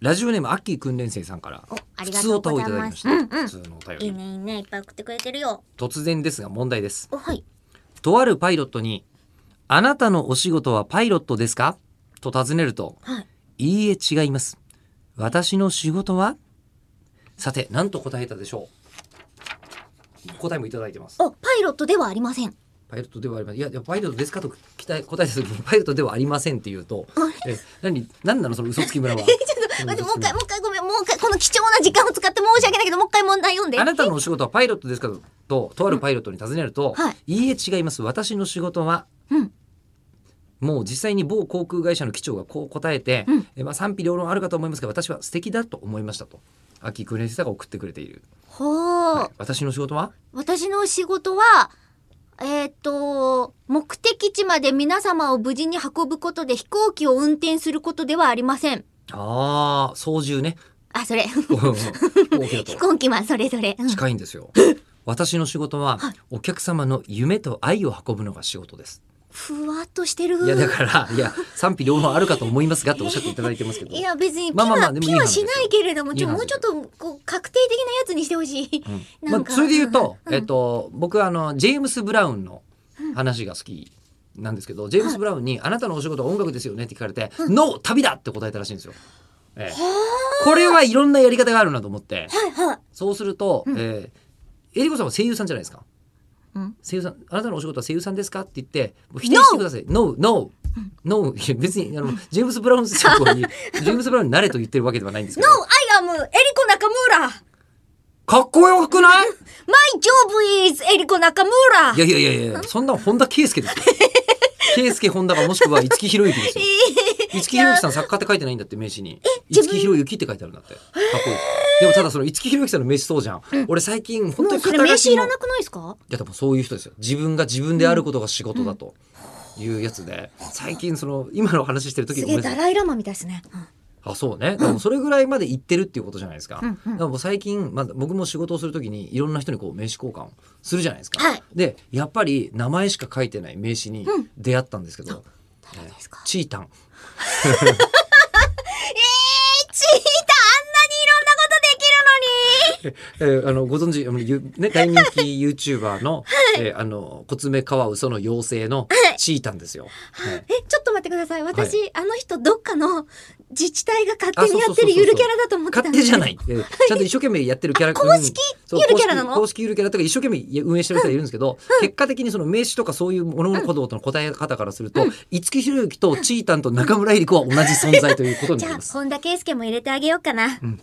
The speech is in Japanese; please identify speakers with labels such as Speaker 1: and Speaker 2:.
Speaker 1: ラジオネームアッキー訓練生さんから
Speaker 2: お、あり
Speaker 1: 普
Speaker 2: が
Speaker 1: 通
Speaker 2: とう
Speaker 1: おた
Speaker 2: ご
Speaker 1: をい
Speaker 2: ざい
Speaker 1: ただきま
Speaker 2: ま
Speaker 1: し
Speaker 2: す。
Speaker 1: た、
Speaker 2: うんうん。
Speaker 1: 普通のお便
Speaker 2: い
Speaker 1: り
Speaker 2: いねいいねいっぱい送ってくれてるよ。
Speaker 1: 突然ですが問題です
Speaker 2: おはい。
Speaker 1: とあるパイロットに「あなたのお仕事はパイロットですか?」と尋ねると
Speaker 2: はい。
Speaker 1: 「いいえ違います私の仕事は?」さて何と答えたでしょう答えもいただいてます
Speaker 2: おパイロットではありません。
Speaker 1: パイロットではありませんいやいやパイロットですかと期待答えた時にパイロットではありませんって言うとえ何何なのその嘘つき村は
Speaker 2: ちょっと待ってもう一回もう一回ごめんもう一回この貴重な時間を使って申し訳ないけどもう一回問題読んで。
Speaker 1: あなたのお仕事はパイロットですかととあるパイロットに尋ねると、、
Speaker 2: はい
Speaker 1: いえ違います私の仕事は、
Speaker 2: うん
Speaker 1: もう実際に某航空会社の機長がこう答えて、
Speaker 2: うん
Speaker 1: えまあ、賛否両論あるかと思いますが私は素敵だと思いましたと秋久連先生が送ってくれている、
Speaker 2: ほう、
Speaker 1: はい私の仕事は
Speaker 2: 私の仕事はえーっ、と目的地まで皆様を無事に運ぶことで飛行機を運転することではありません。
Speaker 1: ああ操縦 ね
Speaker 2: あそれ
Speaker 1: 飛行機だ
Speaker 2: 飛
Speaker 1: と
Speaker 2: 行機はそれぞれ。うん
Speaker 1: 近いんです よ私の仕事はお客様の夢と愛を運ぶのが仕事です
Speaker 2: ふわっとしてる。
Speaker 1: いやだからいや賛否両論あるかと思いますがっておっしゃっていただいてますけど
Speaker 2: いや別にピ
Speaker 1: まあまあまあ
Speaker 2: は
Speaker 1: でもいい
Speaker 2: ピは
Speaker 1: 話です
Speaker 2: し
Speaker 1: よ
Speaker 2: ないけれどもちょ
Speaker 1: いい
Speaker 2: もう
Speaker 1: 話
Speaker 2: ち
Speaker 1: で
Speaker 2: ょっ
Speaker 1: す
Speaker 2: とこう確定的なやつにしてほしい。な
Speaker 1: ま
Speaker 2: ん
Speaker 1: あ、
Speaker 2: か
Speaker 1: それで言うと、
Speaker 2: うん
Speaker 1: えっと、僕はあのジェームス・ブラウンの話が好きなんですけど、ジェームス・ブラウンに「あなたのお仕事は音楽ですよね」って聞かれて「ノー旅だ!」って答えたらしいんですよ。ええこれはいろんなやり方があるなと思って
Speaker 2: はいはい。
Speaker 1: そうすると、
Speaker 2: うん
Speaker 1: えー、えりこさんは声優さんじゃないですか。
Speaker 2: うん
Speaker 1: 声優さんあなたのお仕事は声優さんですかって言ってもう否定してください。ノーノーノーいや別にあのジェームス・ブラウンさん にジェームス・ブラウンになれと言ってるわけではないんですけ
Speaker 2: No,
Speaker 1: ど
Speaker 2: I am エリコ中村。
Speaker 1: かっこよくない
Speaker 2: My job is エリコ中村。
Speaker 1: い やいやいやいや、そんな本田圭佑ですよ。圭佑本田がもしくは五木ひろゆきですよ。五木ひろゆきさん作家って書いてないんだって名刺に。
Speaker 2: 自
Speaker 1: 五
Speaker 2: 分
Speaker 1: 木ひろゆきって書いてあるんだって。かっこいい。でもただその五木ひろゆきさんの名刺そうじゃん。俺最近本当
Speaker 2: もう
Speaker 1: に
Speaker 2: そ
Speaker 1: 肩
Speaker 2: れ
Speaker 1: 書
Speaker 2: 名
Speaker 1: き
Speaker 2: 刺い
Speaker 1: の
Speaker 2: ら
Speaker 1: い
Speaker 2: なくないですか？
Speaker 1: やでもそういう人ですよ。自分が自分であることが仕事だと。いうやつで最近その今の話してる時に
Speaker 2: す
Speaker 1: 思
Speaker 2: げえ
Speaker 1: い出し
Speaker 2: ダ
Speaker 1: た
Speaker 2: ライラマみたいですね。うん
Speaker 1: あそうねでもそれぐらいまで行ってるっていうことじゃないですか,、
Speaker 2: うんうん
Speaker 1: だからもう最近、まあ、僕も仕事をする時にいろんな人にこう名刺交換をするじゃないですか、
Speaker 2: はい
Speaker 1: でやっぱり名前しか書いてない名刺に
Speaker 2: うん
Speaker 1: 出会ったんですけど、
Speaker 2: 誰ですか？
Speaker 1: チータン
Speaker 2: えチーターあんなにいろんなことできるの に。
Speaker 1: えーあのご存知あの、ゆね、大人気 YouTuber の,、えーあのコツメカワウソの妖精のチータンですよ。はい
Speaker 2: えちょっと待ってください。私、あの人どっかの自治体が勝
Speaker 1: あ
Speaker 2: 手にやってるゆるキャラだと思ってた
Speaker 1: 勝
Speaker 2: ん
Speaker 1: 手
Speaker 2: です
Speaker 1: じ
Speaker 2: け
Speaker 1: ゃ
Speaker 2: ど
Speaker 1: ない、えーちゃんと一生懸命やってるキャラ
Speaker 2: 公式
Speaker 1: そう
Speaker 2: ゆるキャラなの
Speaker 1: 公式公式ゆるキャラとか一生懸命運営してる人がいるんですけど、結果的にその名刺とかそういう物事の答え方からすると、五木ひろゆきとチータンと中村江里子は同じ存在ということに
Speaker 2: じ
Speaker 1: なり
Speaker 2: ゃあ
Speaker 1: ます。
Speaker 2: 本田圭佑も入れてあげようかな。
Speaker 1: ん